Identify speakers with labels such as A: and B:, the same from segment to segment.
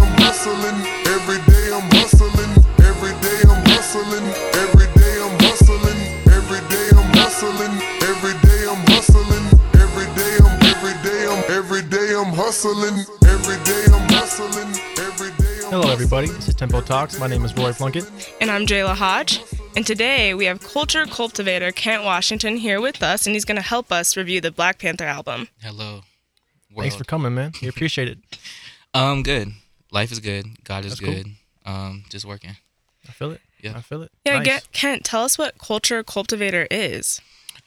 A: hustling. Every day I'm hustling. Every day I'm hustling. Every day I'm hustling. Every day I'm hustling. Every day I'm hustling. Every day I'm every day I'm every day I'm hustling. Every day I'm hustling. Every day I'm
B: Hello, everybody.
A: hustling.
B: This is Tempo Talks. My name is Roy Plunkett.
C: And I'm Jayla Hodge. And today we have culture cultivator Kent Washington here with us, and he's going to help us review the Black Panther album.
D: Hello. World.
B: Thanks for coming, man. We appreciate it.
D: Um, good. Life is good. God is
B: That's cool.
D: good. Um, just working.
B: I feel it.
D: Yeah.
B: I feel it.
C: Yeah,
B: Nice.
C: get, Kent, tell us what culture cultivator is.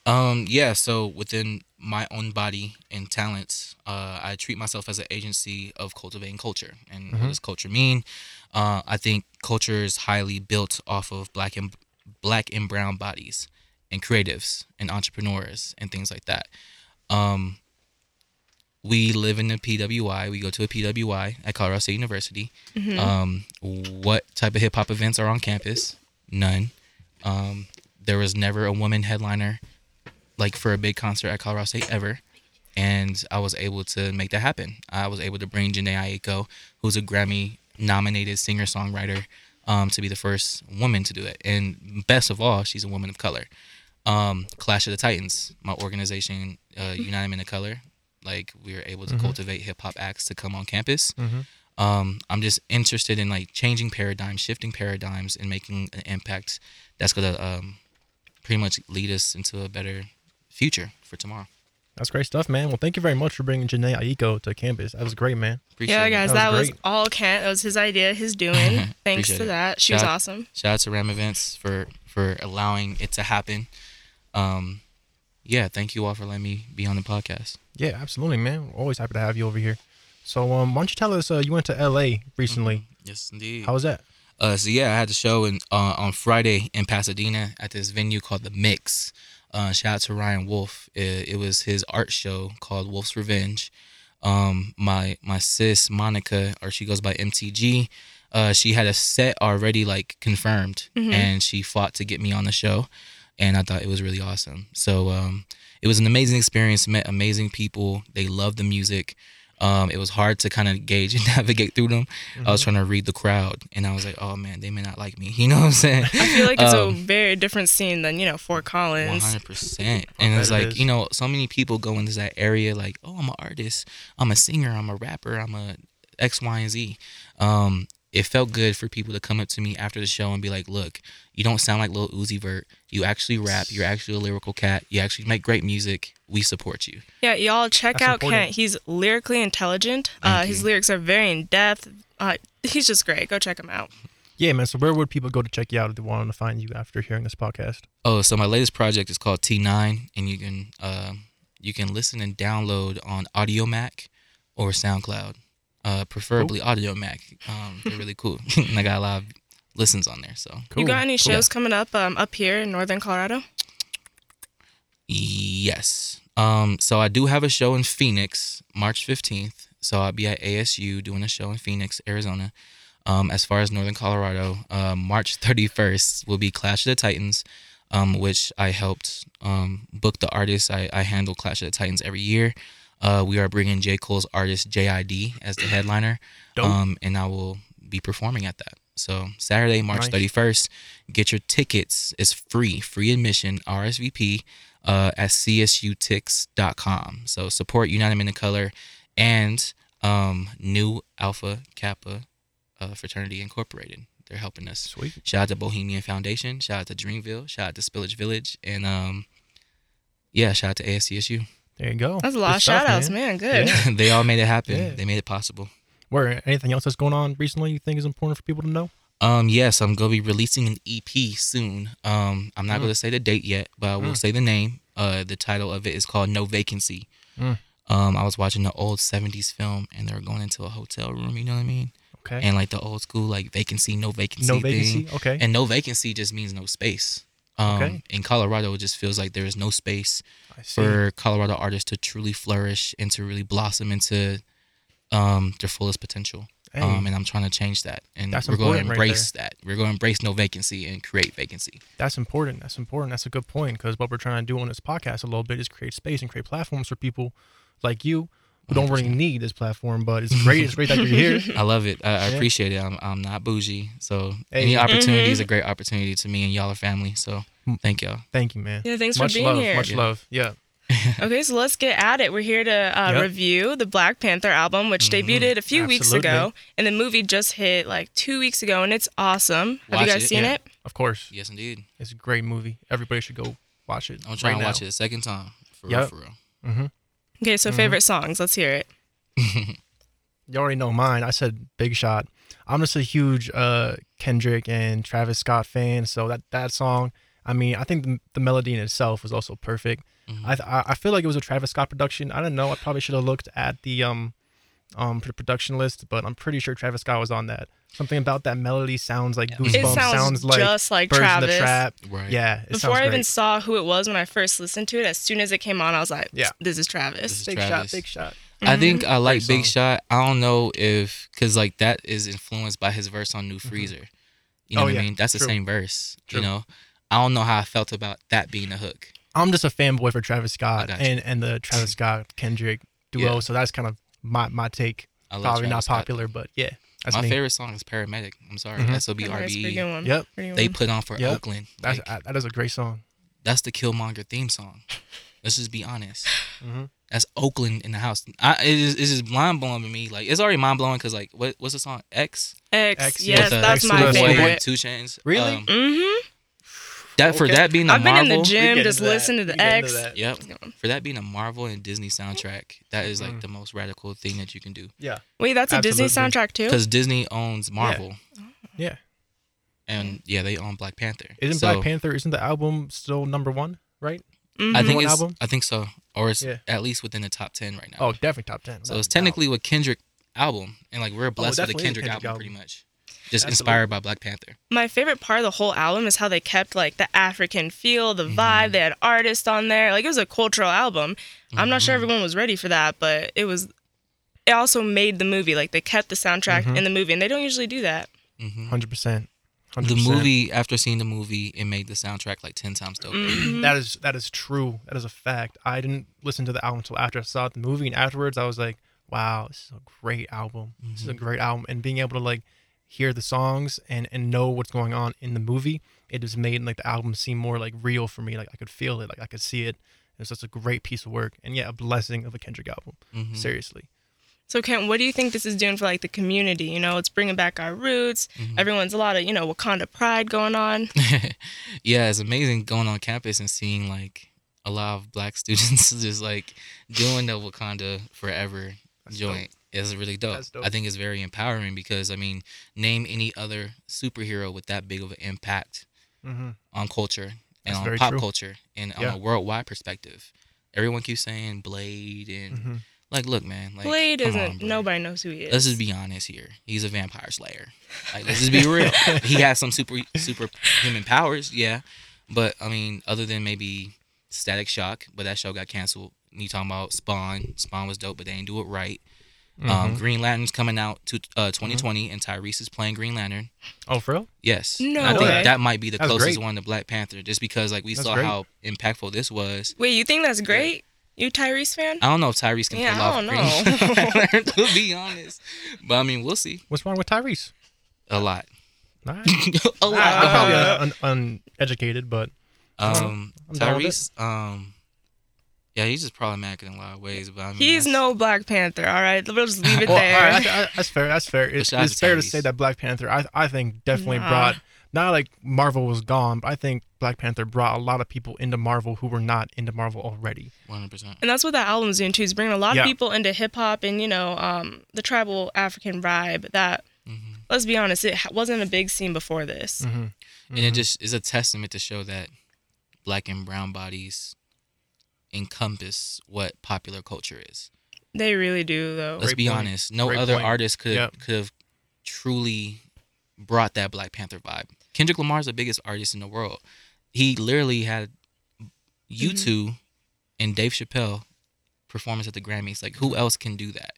D: Um, yeah. So within my own body and talents, uh, I treat myself as an agency of cultivating culture. And what does culture mean? Uh, I think culture is highly built off of black and black and brown bodies, and creatives and entrepreneurs and things like that. Um, we live in a PWI. We go to a PWI at Colorado State University. Um, what type of hip hop events are on campus? None. Um, there was never a woman headliner like for a big concert at Colorado State ever. And I was able to make that happen. I was able to bring Janae Aiko, who's a Grammy nominated singer songwriter, um, to be the first woman to do it. And best of all, she's a woman of color. Um, Clash of the Titans, my organization, uh, United Men of Color, like we were able to cultivate hip hop acts to come on campus. Um, I'm just interested in like changing paradigms, shifting paradigms, and making an impact that's gonna um, pretty much lead us into a better future for tomorrow.
B: That's great stuff, man. Well, thank you very much for bringing Janae Aiko to campus. That was great, man.
D: Appreciate
C: yeah,
D: it.
C: guys,
B: That
C: that
B: was
C: was, all Kent. That was his idea, his doing. Thanks
D: Appreciate
C: to
D: it.
C: that. She was
D: Shout-
C: awesome.
D: Shout out to Ram Events for for allowing it to happen. Um, yeah, thank you all for letting me be on the podcast.
B: Yeah, absolutely, man. We're always happy to have you over here. So, um, why don't you tell us? Uh, you went to LA recently.
D: Yes, indeed.
B: How was that?
D: Uh, so yeah, I had the show in, uh, on Friday in Pasadena at this venue called The Mix. Uh, shout out to Ryan Wolf. It, it was his art show called Wolf's Revenge. Um, my my sis Monica, or she goes by MTG. Uh, she had a set already like confirmed, and she fought to get me on the show, and I thought it was really awesome. So um, it was an amazing experience. Met amazing people. They loved the music. Um, it was hard to kind of gauge and navigate through them. I was trying to read the crowd, and I was like, "Oh man, they may not like me." You know what I'm saying?
C: I feel like it's
B: Um,
C: a very different scene than, you know, Fort Collins.
D: 100%. And
B: bet
D: it's
B: it
D: like,
B: is.
D: you know, so many people go into that area like, oh, I'm an artist, I'm a singer, I'm a rapper, I'm a X, Y, and Z. Um, it felt good for people to come up to me after the show and be like, look, you don't sound like Lil Uzi Vert. You actually rap. You're actually a lyrical cat. You actually make great music. We support you.
C: Yeah, y'all check
B: That's
C: out
B: important.
C: Kent. He's lyrically intelligent. Uh, his lyrics are very in depth. Uh, he's just great. Go check him out.
B: Yeah, man. So, where would people go to check you out if they wanted to find you after hearing this podcast?
D: Oh, so my latest project is called T9, and you can uh, you can listen and download on Audio Mac or SoundCloud, uh, preferably Audio Mac. Um, they're really cool, and I got a lot of listens on there. So
B: Cool. Oh,
C: You got any
D: Cool.
C: shows coming up um, up here in Northern Colorado?
D: yes, um, so I do have a show in Phoenix, March fifteenth. So I'll be at ASU doing a show in Phoenix, Arizona. Um, as far as Northern Colorado, uh, March 31st will be Clash of the Titans, um, which I helped um, book the artists. I, I handle Clash of the Titans every year. Uh, we are bringing J. Cole's artist JID as the headliner,
B: Dope.
D: um, and I will be performing at that. So Saturday, March
B: Nice.
D: 31st, get your tickets. It's free, free admission, RSVP uh, at csutix.com. So support United Men of Color and um, New Alpha Kappa uh, Fraternity Incorporated. They're helping us.
B: Sweet.
D: Shout out to Bohemian Foundation. Shout out to Dreamville. Shout out to Spillage Village. And um, yeah, shout out to ASCSU.
B: There you go.
C: That's a
B: Good
C: lot of
B: stuff,
C: shout outs, man. Good.
B: Yeah.
D: they all made it happen.
B: Yeah.
D: They made it possible.
B: Where anything else that's going on recently you think is important for people to know?
D: Um, yes, I'm gonna be releasing an EP soon. Um, I'm
B: Mm.
D: not gonna say the date yet, but I will say the name. Uh, the title of it is called No Vacancy.
B: Mm.
D: Um, I was watching the old '70s film, and they were going into a hotel room. You know what I mean?
B: Okay.
D: And like the old school, like vacancy, no vacancy,
B: no
D: thing.
B: vacancy. Okay.
D: And no vacancy just means no space. Um,
B: Okay.
D: In Colorado, it just feels like there is no space
B: I see.
D: for Colorado artists to truly flourish and to really blossom into um, their fullest potential.
B: Hey.
D: Um, and I'm trying to change that. And
B: That's
D: we're going to
B: important right
D: embrace that. We're going to embrace no vacancy and create vacancy.
B: That's important. That's important. That's a good point because what we're trying to do on this podcast a little bit is create space and create platforms for people like you who don't really need this platform, but it's great. It's great that you're here.
D: I love it. I, I appreciate it. I'm, I'm not bougie, so
B: Hey.
D: any opportunity
B: Mm-hmm.
D: is a great opportunity to me and y'all are family. So
B: Mm.
D: thank y'all.
B: Thank you, man.
C: Yeah, thanks
B: much
C: for being
B: love,
C: here.
B: Much
D: Yeah.
B: love. Yeah.
C: Okay, so let's get at it. We're here to uh,
B: Yep. Mm-hmm.
C: review the Black Panther album, which debuted a few weeks ago,
B: absolutely.
C: and the movie just hit like two weeks ago, and it's awesome. Have
D: Watch
C: you guys
D: it,
C: seen
D: yeah.
C: it?
B: Of course.
D: Yes, indeed.
B: It's a great movie. Everybody should go watch it.
D: I'm trying
B: right
D: to watch
B: now. Mm-hmm.
D: it a second time. For real,
B: Yep.
D: for real.
C: Okay, so favorite songs. Let's hear it.
B: You already know mine. I said Big Shot. I'm just a huge uh, Kendrick and Travis Scott fan, so that that song. I mean, I think the, the melody in itself was also perfect.
C: Mm-hmm.
B: I th- I I feel like it was a Travis Scott production. I don't know. I probably should have looked at the um um pr- production list, but I'm pretty sure Travis Scott was on that. Something about that melody sounds like goosebumps.
C: sounds
B: like
C: just like
B: Birds in the
C: Travis.
B: trap.
D: Right.
B: Yeah. It
C: Before
B: sounds
C: I
B: great.
C: even saw who it was when I first listened to it, as soon as it came on, I was like,
B: Yeah.
C: this is Travis.
D: is-
B: big shot,
D: Travis.
B: big shot.
D: I think I like
B: Mm-hmm. Great
D: Big Shot. I don't know if because like that is influenced by his verse on New Freezer. You
B: Mm-hmm.
D: know
B: Oh,
D: what
B: yeah.
D: I mean? That's
B: True.
D: the same verse.
B: True.
D: You know, I don't know how I felt about that being a hook.
B: I'm just a fanboy for Travis Scott
D: I got you.
B: and and the Travis Scott Kendrick duo.
D: Yeah.
B: So that's kind of my my take.
D: I love
B: Probably not
D: Travis Scott.
B: popular, but yeah, that's
D: My
B: me.
D: favorite song is Paramedic. I'm sorry,
B: Mhm.
C: I think That's a pretty good
D: SOBRE.
C: one.
B: Yep.
C: Pretty good
D: E. They
C: one.
D: put on for
B: Yep.
D: Oakland.
B: That's
D: Like,
B: uh that is a great song.
D: that's the Killmonger theme song. Let's just be honest.
B: Mhm.
D: That's Oakland in the house. I, it is, it's just mind blowing to me. Like it's already mind blowing because like what, what's the song X?
C: X,
B: X,
C: yes,
B: with,
D: uh,
C: that's
B: X
C: my
B: with
D: Boy, Boy,
C: favorite.
D: Two Chains.
B: Really?
D: Um,
C: Mm-hmm.
D: that for
B: Okay.
D: that being a
C: I've been in
D: Marvel.
C: the gym,
B: get
C: just
B: into that.
C: listen to
B: We
C: the
B: get into
C: X.
B: that.
D: Yep. For that being a Marvel and Disney soundtrack, that is
B: Mm-hmm.
D: like the most radical thing that you can do.
B: Yeah,
C: Wait, that's a Disney
B: Absolutely.
C: soundtrack too?
D: Because Disney owns Marvel.
B: yeah.
D: And yeah, they own Black Panther.
B: Isn't
D: So,
B: Black Panther? Isn't the album still number one? Right?
C: Mm-hmm.
D: I think
B: one
D: it's,
B: album?
D: I think so, or it's
B: Yeah.
D: at least within the top ten right now.
B: Oh, definitely top ten.
D: so
B: No
D: it's
B: doubt.
D: technically what Kendrick album, and like we're blessed with a
B: Oh, definitely is a
D: Kendrick,
B: Kendrick
D: album,
B: album.
D: pretty much, just
B: Absolutely.
D: inspired by Black Panther.
C: My favorite part of the whole album is how they kept like the African feel, the vibe. They had artists on there. Like it was a cultural album. I'm not sure everyone was ready for that, but it was. It also made the movie. Like they kept the soundtrack in the movie, and they don't usually do that.
D: hmm
B: hundred percent.
D: The movie, after seeing the movie, it made the soundtrack like ten times dope.
B: That is that is true. That is a fact. I didn't listen to the album until after I saw the movie, and afterwards I was like, "Wow, this is a great album. This is a great album." And being able to like hear the songs and and know what's going on in the movie, it just made like the album seem more like real for me. Like I could feel it. Like I could see it. It's just a great piece of work, and yeah, a blessing of a Kendrick album.
D: Mm-hmm.
B: Seriously,
C: So Kent, what do you think this is doing for like the community? You know, it's bringing back our roots. Everyone's a lot of you know Wakanda pride going on.
D: yeah, it's amazing going on campus and seeing like a lot of black students just like doing the Wakanda forever joint. It's really dope.
B: That's dope.
D: I think it's very empowering because I mean, name any other superhero with that big of an impact
B: Mhm.
D: on culture
B: That's
D: and on
B: very
D: pop
B: true.
D: culture and
B: Yeah.
D: on a worldwide perspective. Everyone keeps saying Blade and
B: Mm-hmm.
D: like, look, man, like
C: Blade
D: come
C: isn't.
D: on, bro.
C: nobody knows who he is.
D: Let's just be honest here. He's a vampire slayer. Like, let's just be real. he has some super super human powers, yeah. But I mean, other than maybe Static Shock, but that show got canceled. You talking about Spawn? Spawn was dope, but they didn't do it right.
B: Mm-hmm.
D: Um, Green Lantern's coming out to uh, 2020, and Tyrese is playing Green Lantern.
B: oh for real?
D: Yes,
C: No
D: I think
C: way.
D: that might be the
B: That's
D: closest
B: great.
D: one to Black Panther, just because like we
B: That's
D: saw
B: great.
D: how impactful this was.
C: Wait, you think that's great? You Tyrese fan?
D: I don't know if Tyrese can
C: Yeah,
D: pull
C: I
D: off
C: don't
D: Green Lantern, to be honest. But I mean, we'll see.
B: What's wrong with Tyrese?
D: A lot.
B: Nah, uh,
D: a lot.
B: I'm probably un, un, uneducated, but
D: Um,
B: I'm down with it.
D: Tyrese, um, yeah, he's just problematic in a lot of ways, but I mean,
C: He's
D: that's-
C: no Black Panther. All right, we'll just leave it
B: Well,
C: there.
B: all right, I- I- that's fair. That's fair. It's,
D: shout out
B: it's
D: to
B: fair to
D: Tyrese.
B: say that Black Panther, I, I think, definitely
C: Nah.
B: brought not like Marvel was gone, but I think Black Panther brought a lot of people into Marvel who were not into Marvel already.
D: 100%.
C: And that's what that album's doing too. Is bringing a lot
B: Yeah.
C: of people into hip hop and you know um, the tribal African vibe. That
D: Mm-hmm.
B: Mm-hmm.
C: let's be honest, it ha- wasn't a big scene before
B: Mm.
C: this.
B: Mm-hmm.
D: And it just is a testament to show that black and brown bodies encompass what popular culture is.
C: They really do though.
D: Let's
B: Oh, Great
D: be
B: point.
D: honest, no
B: Great
D: other
B: point.
D: artist could
B: Yep.
D: could have truly brought that Black Panther vibe. Kendrick Lamar's the biggest artist in the world. He literally had
B: Mm-hmm.
D: you 2 and Dave Chappelle performance at the Grammys. Like, who else can do that?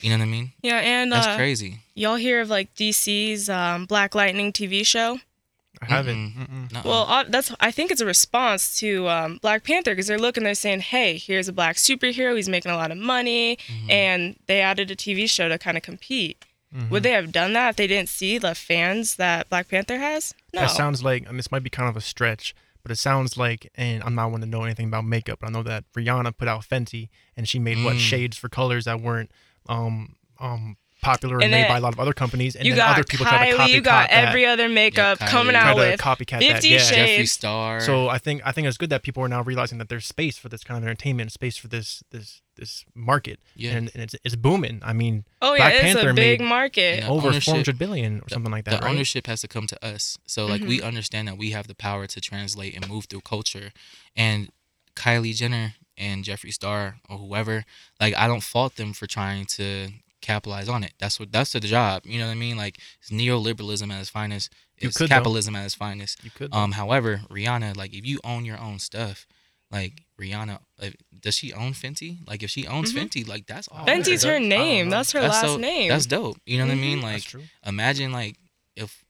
D: You know what I mean?
C: yeah, and
D: That's
C: uh,
D: crazy.
C: y'all hear of like DC's um, Black Lightning TV show?
B: Mm-hmm. I haven't.
D: Mm-mm.
B: Mm-mm.
D: Nuh-uh.
C: Well, uh, that's I think it's a response to um, Black Panther because they're looking, they're saying, "Hey, here's a black superhero. He's making a lot of money,"
B: Mm-hmm.
C: and they added a TV show to kind of compete.
B: Mm-hmm.
C: Would they have done that if they didn't see the fans that Black Panther has? No.
B: That sounds like, and this might be kind of a stretch, but it sounds like, and I'm not one to know anything about makeup, but I know that Rihanna put out Fenty, and she made what
D: Mm.
B: shades for colors that weren't um um popular and,
C: And
B: made
C: then
B: by a lot of other companies, and
C: you
B: then
C: got
B: other people
C: Kylie,
B: tried to copycat
C: you got
B: that,
C: every other makeup
D: Kylie.
C: coming
D: Tried
C: out
B: tried to
C: with.
B: copycat
C: 50
B: that. Yeah.
C: shades.
D: Jeffree
C: Shades.
D: Star.
B: So I think I think it's good that people are now realizing that there's space for this kind of entertainment, space for this this this market,
D: Yeah.
B: and, and it's it's booming. I mean,
C: oh yeah,
B: Black
C: it's
B: Panther
C: a big
B: made-
C: market.
D: Yeah.
B: over
D: ownership-
B: 400 billion or something like that,
D: the
B: right? Mm-hmm.
D: ownership has to come to us. So like we understand that we have the power to translate and move through culture. And Kylie Jenner and Jeffree Star or whoever, like I don't fault them for trying to capitalize on it. That's what that's their job. You know what I mean? Like it's neoliberalism at its finest.
B: You
D: It's
B: could, though.
D: capitalism at its finest.
B: you could.
D: Um, however, Rihanna, like if you own your own stuff, like Rihanna, like, does she own Fenty? Like if she owns
B: Mm-hmm.
D: Fenty, like Oh, that's all.
C: Fenty's her
D: That's-
C: name.
B: know.
C: That's her
D: that's
C: last
D: so-
C: name.
D: That's dope. You know what I mean?
B: Mm-hmm. That's
D: Like
B: true.
D: imagine like if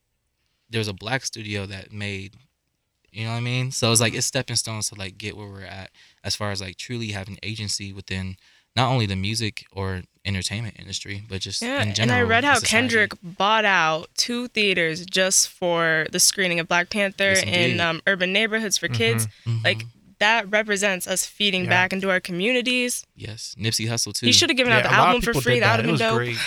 D: there's a black studio that made you know what I mean? So
C: Mm-hmm.
D: it's like it's stepping stones to like get where we're at as far as like truly having agency within not only the music or entertainment industry, but just
C: Yeah,
D: in
C: and
D: general.
C: I read
D: in
C: how
D: society.
C: Kendrick bought out two theaters just for the screening of Black Panther
D: Yes, indeed.
C: in um, urban neighborhoods for kids.
D: Mhm.
C: Like that represents us feeding
B: Mm-hmm, Yeah.
C: back into our communities.
D: yes, Nipsey Hussle too.
C: He should have given out
B: Yeah,
C: the
B: a lot of
C: album for
B: people
C: free.
B: did
C: That would
B: It
C: have
B: was
C: been dope.
B: great.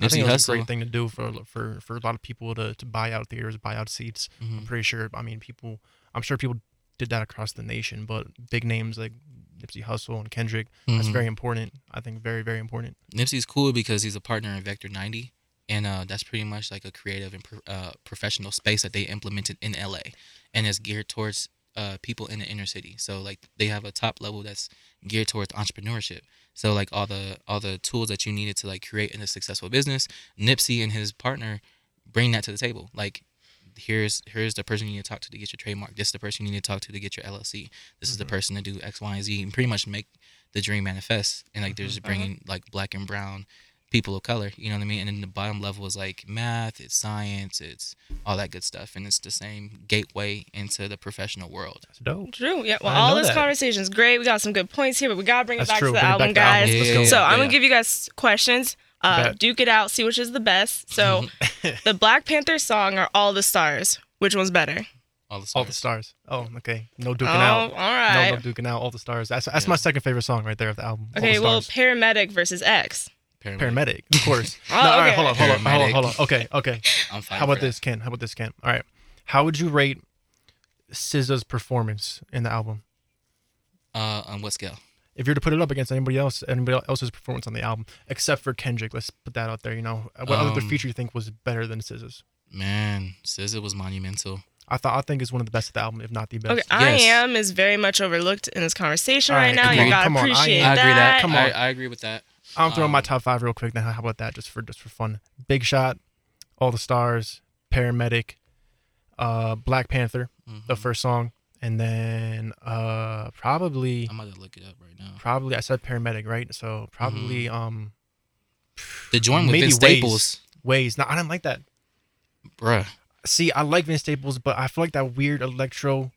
B: I think
D: Nipsey
B: it was a
D: Hussle.
B: great thing to do for for for a lot of people to to buy out theaters, buy out seats.
D: Mm-hmm.
B: I'm pretty sure. I mean, people. I'm sure people did that across the nation, but big names like Nipsey Hussle and Kendrick. That's
D: Mhm.
B: very important. I think very very important.
D: Nipsey's cool because he's a partner in Vector 90, and uh, that's pretty much like a creative and pro- uh, professional space that they implemented in LA, and it's geared towards uh, people in the inner city. So like they have a top level that's geared towards entrepreneurship. So like all the all the tools that you needed to like create in a successful business, Nipsey and his partner bring that to the table. Like here's here's the person you need to talk to to get your trademark. This is the person you need to talk to to get your LLC. This is the person to do X, Y, and Z, and pretty much make the dream manifest. And
B: Mm-hmm,
D: like they're just bringing like black and brown people of color. You know what I mean? And then the bottom level is like math, it's science, it's all that good stuff, and it's the same gateway into the professional world.
B: That's dope.
C: True. Yeah. Well,
B: I
C: all
B: know
C: this
B: that.
C: conversation is great. We got some good points here, but we gotta bring
B: That's
C: it back
B: true.
C: to the
B: Bring it
C: album,
B: back to the album.
C: guys.
B: Let's
D: Yeah, go.
C: So I'm
D: yeah.
C: gonna give you guys questions. Uh,
B: Bet.
C: duke it out. See which is the best. So the Black Panther song are all the stars. Which one's better?
D: All the
B: All the stars.
D: stars.
B: Oh, okay. No duking
C: oh,
B: out.
C: all
B: No,
C: right.
B: no duking out. All the stars. That's that's
D: Yeah.
B: my second favorite song right there of the album. All
C: okay.
B: the
C: Well,
B: Stars.
C: paramedic versus X.
D: Paramedic.
B: paramedic, of course.
C: Oh,
B: no, all right,
C: okay.
B: hold on, hold on, hold on,
D: Paramedic.
B: hold on. Okay, okay.
D: I'm fine.
B: How about this, Ken? How about this, Ken? All right. How would you rate SZA's performance in the album?
D: Uh, on what scale?
B: If you were to put it up against anybody else, anybody else's performance on the album, except for Kendrick, let's put that out there. You know, what other
D: Um,
B: feature you think was better than SZA's?
D: Man, SZA was monumental.
B: I thought I think it's one of the best of the album, if not the best.
C: Okay, I
D: Yes.
C: am is very much overlooked in this conversation
B: All
C: right,
B: right,
C: now.
B: come
C: You
D: on,
C: gotta
B: come on, I
C: appreciate
B: am-
D: I agree that.
C: that.
D: Come
B: Come
D: on.
B: on.
D: I, I agree with that.
B: I'm throwing my
D: Um,
B: top five real quick. Now, how about that? Just for just for fun, Big Shot, All the Stars, Paramedic, uh, Black Panther,
D: Mm-hmm.
B: the first song, and then uh, probably
D: I'm about to look it up right now.
B: probably I said paramedic, right? So probably
D: Mm-hmm.
B: um
D: The joint with
B: maybe
D: Vince Staples,
B: Ways. Ways. No, I don't like that.
D: bruh.
B: See, I like Vince Staples, but I feel like that weird electro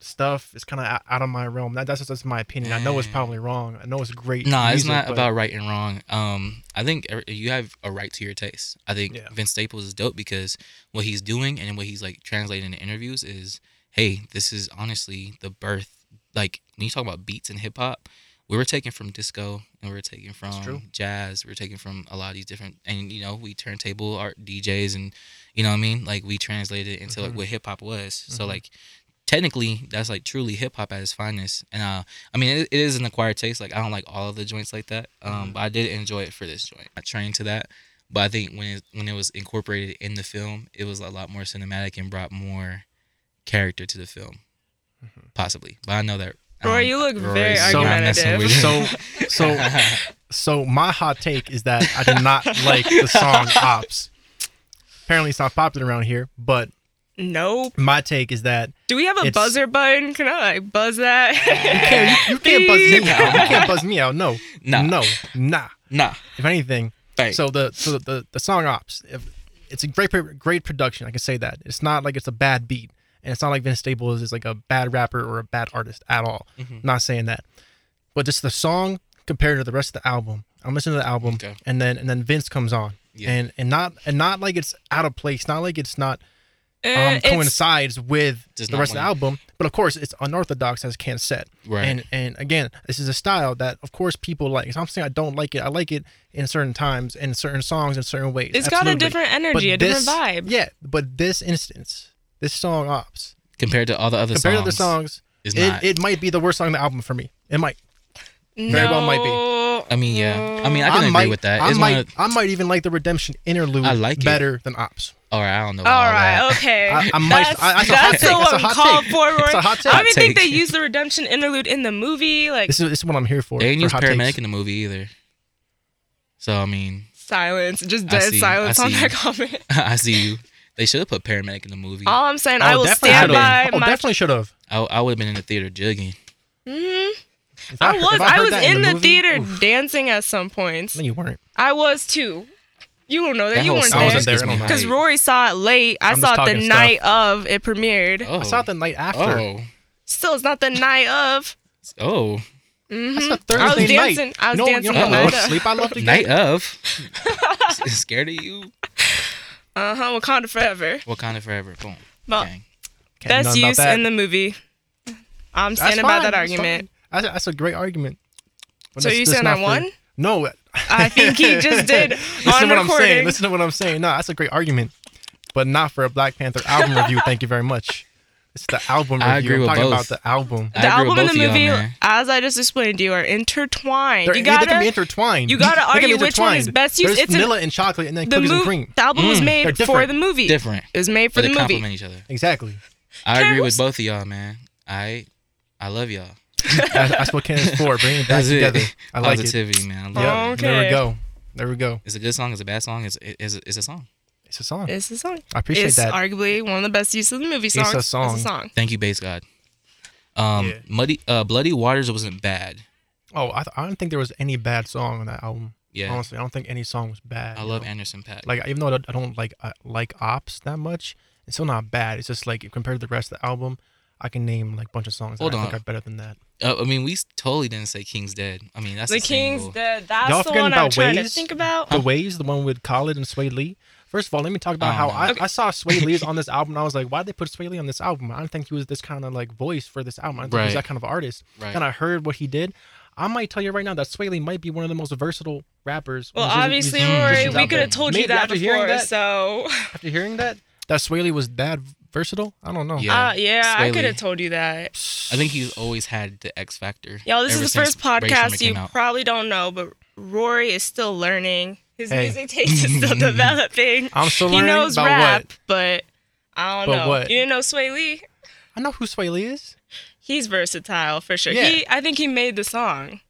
B: stuff is kind of out of my realm. That, that's just that's my opinion. I know it's
D: Mm.
B: probably wrong. I know it's great.
D: No, it's
B: music,
D: not
B: but
D: about right and wrong. Um, I think er- you have a right to your taste. I think
B: Yeah.
D: Vince Staples is dope because what he's doing and what he's like translating in interviews is, hey, this is honestly the birth. Like when you talk about beats and hip hop, we were taken from disco and we were taken
B: true.
D: from jazz. We were taken from a lot of these different, and you know, we turntable art DJs and you know what I mean. Like we translated it
B: Mm-hmm.
D: into like what hip hop was. So like technically that's like truly hip hop at its finest. And uh, I mean, it, it is an acquired taste. Like I don't like all of the joints like that. Um,
B: Mm-hmm.
D: but I did enjoy it for this joint. I trained to that. But I think when it, when it was incorporated in the film, it was a lot more cinematic and brought more character to the film, possibly. But I know that.
C: Roy, you look very
D: Roy's
B: Mm-hmm. So-
D: not messing with you.
B: so so so my hot take is that I did not like the song Ops. Apparently, it's not popular around here, but
C: Nope.
B: my take is that
C: Do we have a
B: It's-
C: buzzer button? Can I like buzz that?
B: you can't, you, you can't buzz me out. You can't buzz me out. No,
D: Nah.
B: no, nah.
D: nah,
B: If anything,
D: thanks.
B: So the so the, the song ops. If it's a great pro- great production. I can say that. It's not like it's a bad beat, and it's not like Vince Staples is like a bad rapper or a bad artist at all.
D: Mhm.
B: Not saying that, but just the song compared to the rest of the album. I'm listening to the album,
D: Okay.
B: and then and then Vince comes on,
D: Yeah.
B: and and not and not like it's out of place. Not like it's not um,
C: Eh, it's,
B: coincides with
D: Does
B: the
D: not
B: rest of the
D: wanna-
B: album. But of course, it's unorthodox, as Kent said.
D: Right.
B: And and again, this is a style that, of course, people like. It's not saying I don't like it. I like it in certain times, in certain songs, in certain ways.
C: it's got a
B: Absolutely.
C: different
B: But
C: energy, a
B: this-
C: different vibe.
B: Yeah, but this instance, this song ops
D: compared to all the other
B: compared
D: songs,
B: to the songs,
D: is
B: it,
D: not.
B: it might be the worst song on the album for me. It might.
C: no,
B: very well might be.
D: I mean, yeah. I mean, I can agree
B: might,
D: with that.
B: I
D: It's
B: might,
D: one of,
B: I might even like the Redemption interlude
D: I like it.
B: better than ops.
D: all right, I don't know. about
C: All
D: all that.
C: right, okay.
B: Oh, I- I might-
C: that's
B: I- that's a hot
C: that's
B: take.
C: the
B: That's a
C: one
B: hot
C: called
B: take.
C: forward.
B: It's a hot
C: I
B: take.
C: don't even think they
D: Take.
C: used the redemption interlude in the movie. Like
B: This is this is what I'm here for.
D: They didn't
B: for
D: use
B: hot takes.
D: paramedic in the movie either. So I mean,
C: silence, just
D: I
C: dead
D: see,
C: silence
D: I
C: on
D: see.
C: that comment.
D: I see you. They should have put paramedic in the movie. I,
C: All I'm saying,
B: Oh,
C: I will
B: definitely
C: stand
B: should've.
C: by
B: Oh,
C: my.
B: definitely should have.
D: I would have been in the theater jugging.
B: If
C: I
B: heard-
C: was,
B: if
C: I,
B: heard
C: was
B: that
C: in, the,
B: movie,
C: theater
B: oof,
C: dancing at some points.
B: no, you weren't.
C: I was too. You don't know that,
D: That
C: you
D: whole
C: weren't
D: song
B: I wasn't
C: there.
D: gives
B: there, I don't
D: me
B: know.
C: Because
D: hype.
C: Rory saw it late. I
B: I'm
C: saw
B: just
C: it
B: talking
C: the night of it premiered.
D: oh.
B: I saw it the night after.
C: Mm-hmm.
D: Oh,
C: Still, it's not the night of.
D: oh,
B: That's a
C: I was
B: Thursday night.
C: dancing- I was
B: you know,
C: dancing
B: you know
D: the
B: how
D: night
B: much
C: of.
B: sleep I love to
D: night
B: get.
D: of. Scared of you?
C: Uh huh. Wakanda forever.
D: Wakanda forever. Boom.
C: Well,
D: Dang.
B: Can't do
C: best
B: nothing about
C: use
B: that.
C: in the movie. I'm
B: That's
C: standing by
B: fine,
C: that
B: that's
C: argument.
B: fine. That's, that's a great argument. But
C: So
B: that's-
C: you
B: that's
C: saying I
B: not fair.
C: won?
B: No.
C: I think he just did
B: Listen
C: on
B: to what I'm saying.
C: recording.
B: Listen to what I'm saying. No, that's a great argument, but not for a Black Panther album review. Thank you very much. It's the album review.
D: I agree
B: am
D: with
B: talking
D: both.
B: about the album.
D: I
C: The
D: agree
C: album and
D: with
C: the
D: both of y'all,
C: movie,
D: man.
C: as I just explained to you, are intertwined.
B: They're-
C: you
B: they can be
C: gotta.
B: intertwined.
C: you gotta
B: They can be
C: argue which one is
B: intertwined.
C: best used.
B: There's
C: It's an-
B: vanilla and chocolate, and then
C: The,
B: cookies and
C: mov-
B: cream.
C: the album was
D: Mm.
B: They're
C: made for
B: different.
C: the movie.
D: Different.
C: It was made for
D: But
C: the
D: they
C: movie.
D: complement each other.
B: Exactly.
D: I agree with
C: Carols?
D: both of y'all, man. I I love y'all.
B: That's, that's what Ken is for. Bringing it back
D: That's
B: together.
D: it.
B: I like it.
D: Positivity, man. I love
B: Yeah.
D: it.
C: Okay.
B: There we go. There we go.
D: It's a good song. It's a bad song. It's it's, it's a song.
B: It's a song.
C: It's a song.
B: I appreciate
C: it's
B: that.
C: arguably one of the best uses of the movie
B: a
C: songs.
B: song.
C: It's a song.
D: Thank you, base god. Um,
B: Yeah.
D: muddy, uh, bloody waters wasn't bad.
B: oh, I, th- I don't think there was any bad song on that album.
D: Yeah,
B: Honestly, I don't think any song was bad.
D: I
B: you
D: love
B: know?
D: Anderson Paak.
B: Like even though I I don't like I like Ops that much, it's still not bad. It's just like compared to the rest of the album, I can name like a bunch of songs that
D: Hold
B: I think
D: on.
B: are better than that.
D: uh, I mean, we s- totally didn't say King's dead. I mean, that's
C: the
D: a
C: King's
D: single.
C: Dead. That's
B: Y'all
C: the
B: forgetting
C: one I'm
B: about
C: trying to
B: Waves?
C: think about.
B: The Ways, the one with Khalid and Sway Lee. First of all, let me talk about
D: Oh,
B: how
D: no.
B: I,
C: Okay.
B: I saw Sway Lee's on this album. And I was like, why did they put Sway Lee on this album? I didn't think he was this kind of like voice for this album. I didn't think he was
D: Right.
B: that kind of artist.
D: Right.
B: And I heard what he did. I might tell you right now that Sway Lee might be one of the most versatile rappers.
C: Well,
B: musicians-
C: obviously,
B: musicians
C: Rory,
B: out
C: we could
B: there.
C: have told
B: Maybe
C: you that
B: after hearing
C: before.
B: that-
C: So,
B: After hearing that, that Sway Lee was that versatile. I don't know.
D: Yeah.
C: yeah, uh, yeah I
D: Swaley.
C: could have told you that.
D: I think he's always had the X factor.
C: Y'all, this
D: ever
C: is the
D: since
C: first
D: Race Rumor
C: podcast you
D: came out.
C: probably don't know, but Rory is still learning. His
B: Hey.
C: music taste is still developing.
B: I'm still
C: He
B: learning
C: knows
B: about
C: rap,
B: what.
C: but I don't
B: But
C: know.
B: what?
C: You didn't know Sway Lee?
B: I know who Sway Lee is.
C: He's versatile for sure.
B: Yeah.
C: He, I think he made the song.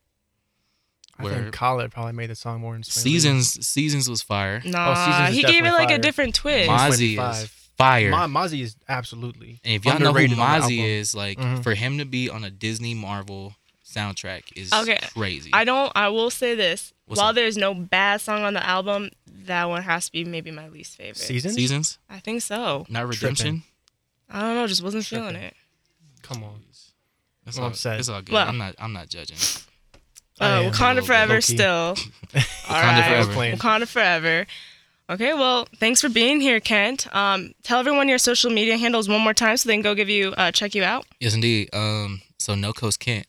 B: I
D: Where-
B: think Khalid probably made the song more than Sway Lee.
D: Seasons, seasons was fire.
C: Nah,
B: Oh, is
C: he gave it
B: definitely
C: like
B: fire.
C: a different twist.
B: Ma-
D: Mozzie is
B: 25.
D: fire.
B: Ma- Mozzie is absolutely.
D: and if y'all know who
B: underrated on the
D: Mozzie
B: album.
D: is, like
B: Mhm.
D: for him to be on a Disney Marvel soundtrack is
C: Okay.
D: crazy.
C: I don't. I will say this:
D: What's
C: while
D: up?
C: there's no bad song on the album, that one has to be maybe my least favorite.
B: Seasons?
D: Seasons,
C: I think so.
D: not
B: Trippin'.
D: Redemption.
C: I don't know. Just wasn't feeling
B: Trippin'.
C: it.
B: Come on.
D: It's
B: Well,
D: all,
B: I'm sad.
D: it's all good.
C: Well-
D: I'm not. I'm not judging.
B: I
C: Uh,
B: am a
D: little
C: Wakanda
D: bit
C: Forever
B: low-key.
C: still. All
D: Wakanda
C: right.
D: Forever. I was
B: playing.
C: Wakanda Forever. Okay, well, thanks for being here, Kent. Um, tell everyone your social media handles one more time so they can go give you uh, check you out.
D: Yes, indeed. Um, so No Coast Kent,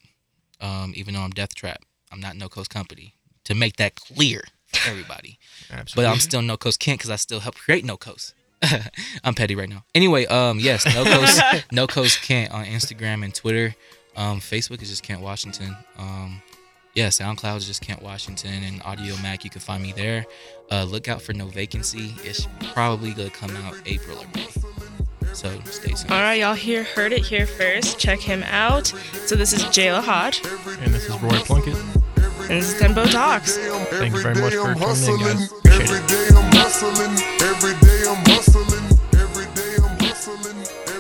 D: um, even though I'm Death Trap, I'm not No Coast Company. To make that clear for everybody, but
B: Absolutely.
D: I'm still No Coast Kent because I still help create No Coast. I'm petty right now. Anyway, um, yes, No Coast, No Coast Kent on Instagram and Twitter. Um, Facebook is just Kent Washington. Um, yeah, SoundCloud is just Kent Washington and Audio Mac. You can find me there. Uh, look out for No Vacancy. It's probably gonna come out April or May. So stay tuned.
C: All right, y'all here heard it here first. Check him out. So this is Jayla Hodge,
B: and this is Roy Plunkett.
C: and this is Tempo Talks.
B: Thank you very much for
A: hustling.
B: tuning in, guys. Appreciate
A: Every
B: it.
A: day I'm hustling. Every day I'm hustling. Every day I'm hustling.